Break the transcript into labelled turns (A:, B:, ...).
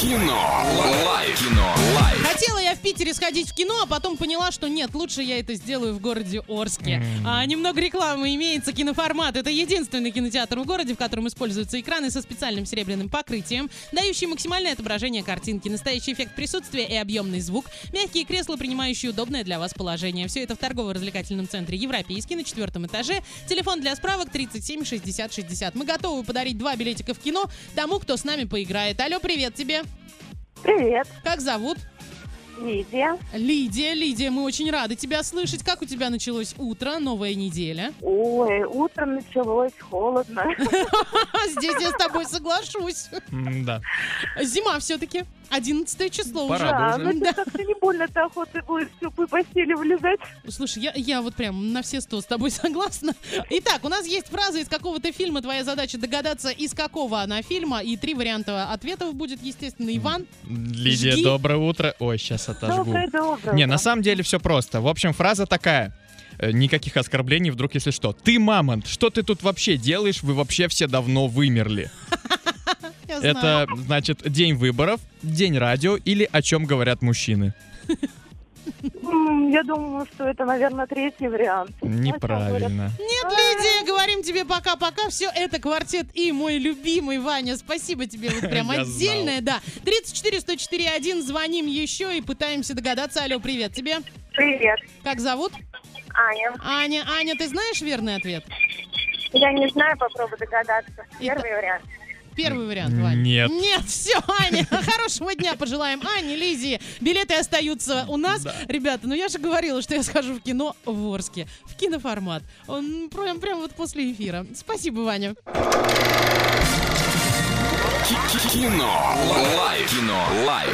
A: Кино. Лайф. Кино. Лайф.
B: Хотела я в Питере сходить в кино, а потом поняла, что нет, лучше я это сделаю в городе Орске. А, немного рекламы имеется, киноформат. Это единственный кинотеатр в городе, в котором используются экраны со специальным серебряным покрытием, дающие максимальное отображение картинки, настоящий эффект присутствия и объемный звук, мягкие кресла, принимающие удобное для вас положение. Все это в торгово-развлекательном центре «Европейский» на четвертом этаже. Телефон для справок 37 60 60. Мы готовы подарить два билетика в кино тому, кто с нами поиграет. Алло, привет тебе!
C: Привет,
B: Как зовут?
C: Лидия.
B: Лидия, Лидия, мы очень рады тебя слышать. Как у тебя началось утро, новая неделя?
C: Ой, утром началось холодно.
B: Здесь я с тобой соглашусь.
D: Да.
B: Зима все-таки. 11 число
D: Пора.
B: уже.
C: Да,
D: Радужно.
C: ну это как-то не больно-то охота будет в теплой постели влезать.
B: Слушай, я, я вот прям на все сто с тобой согласна. Итак, у нас есть фраза из какого-то фильма. Твоя задача догадаться, из какого она фильма. И три варианта ответов будет, естественно. Иван,
D: Лидия,
B: Жги. Ну,
D: доброе утро. Ой, сейчас отожгу.
C: Доброе-доброе.
D: Не, на самом деле все просто. В общем, фраза такая. Э, Никаких оскорблений, вдруг, если что. Ты мамонт, что ты тут вообще делаешь? Вы вообще все давно вымерли.
B: я знаю.
D: Это, значит, день выборов, день радио или о чем говорят мужчины.
C: М, Я думаю, что это, наверное, третий вариант.
D: Неправильно.
B: Нет, Лидия, говорим тебе пока-пока. Все, это квартет и мой любимый Ваня. Спасибо тебе, вот прям
D: Я
B: отдельное, да. 34 104 1, звоним еще и пытаемся догадаться. Алло, привет тебе.
C: Привет,
B: Как зовут?
C: Аня.
B: Аня, Аня, ты знаешь верный ответ?
C: Я не знаю, попробуй догадаться.
B: Первый
C: вариант.
B: Первый вариант, Ваня.
D: Нет.
B: Нет, все, Аня. Хорошего дня пожелаем Ане, Лизии. Билеты остаются у нас.
D: Да.
B: Ребята, ну я же говорила, что я схожу в кино в Орске. В киноформат. Он прям, прям вот после эфира. Спасибо, Ваня.
A: Кино. Лайф. Кино. Лайф.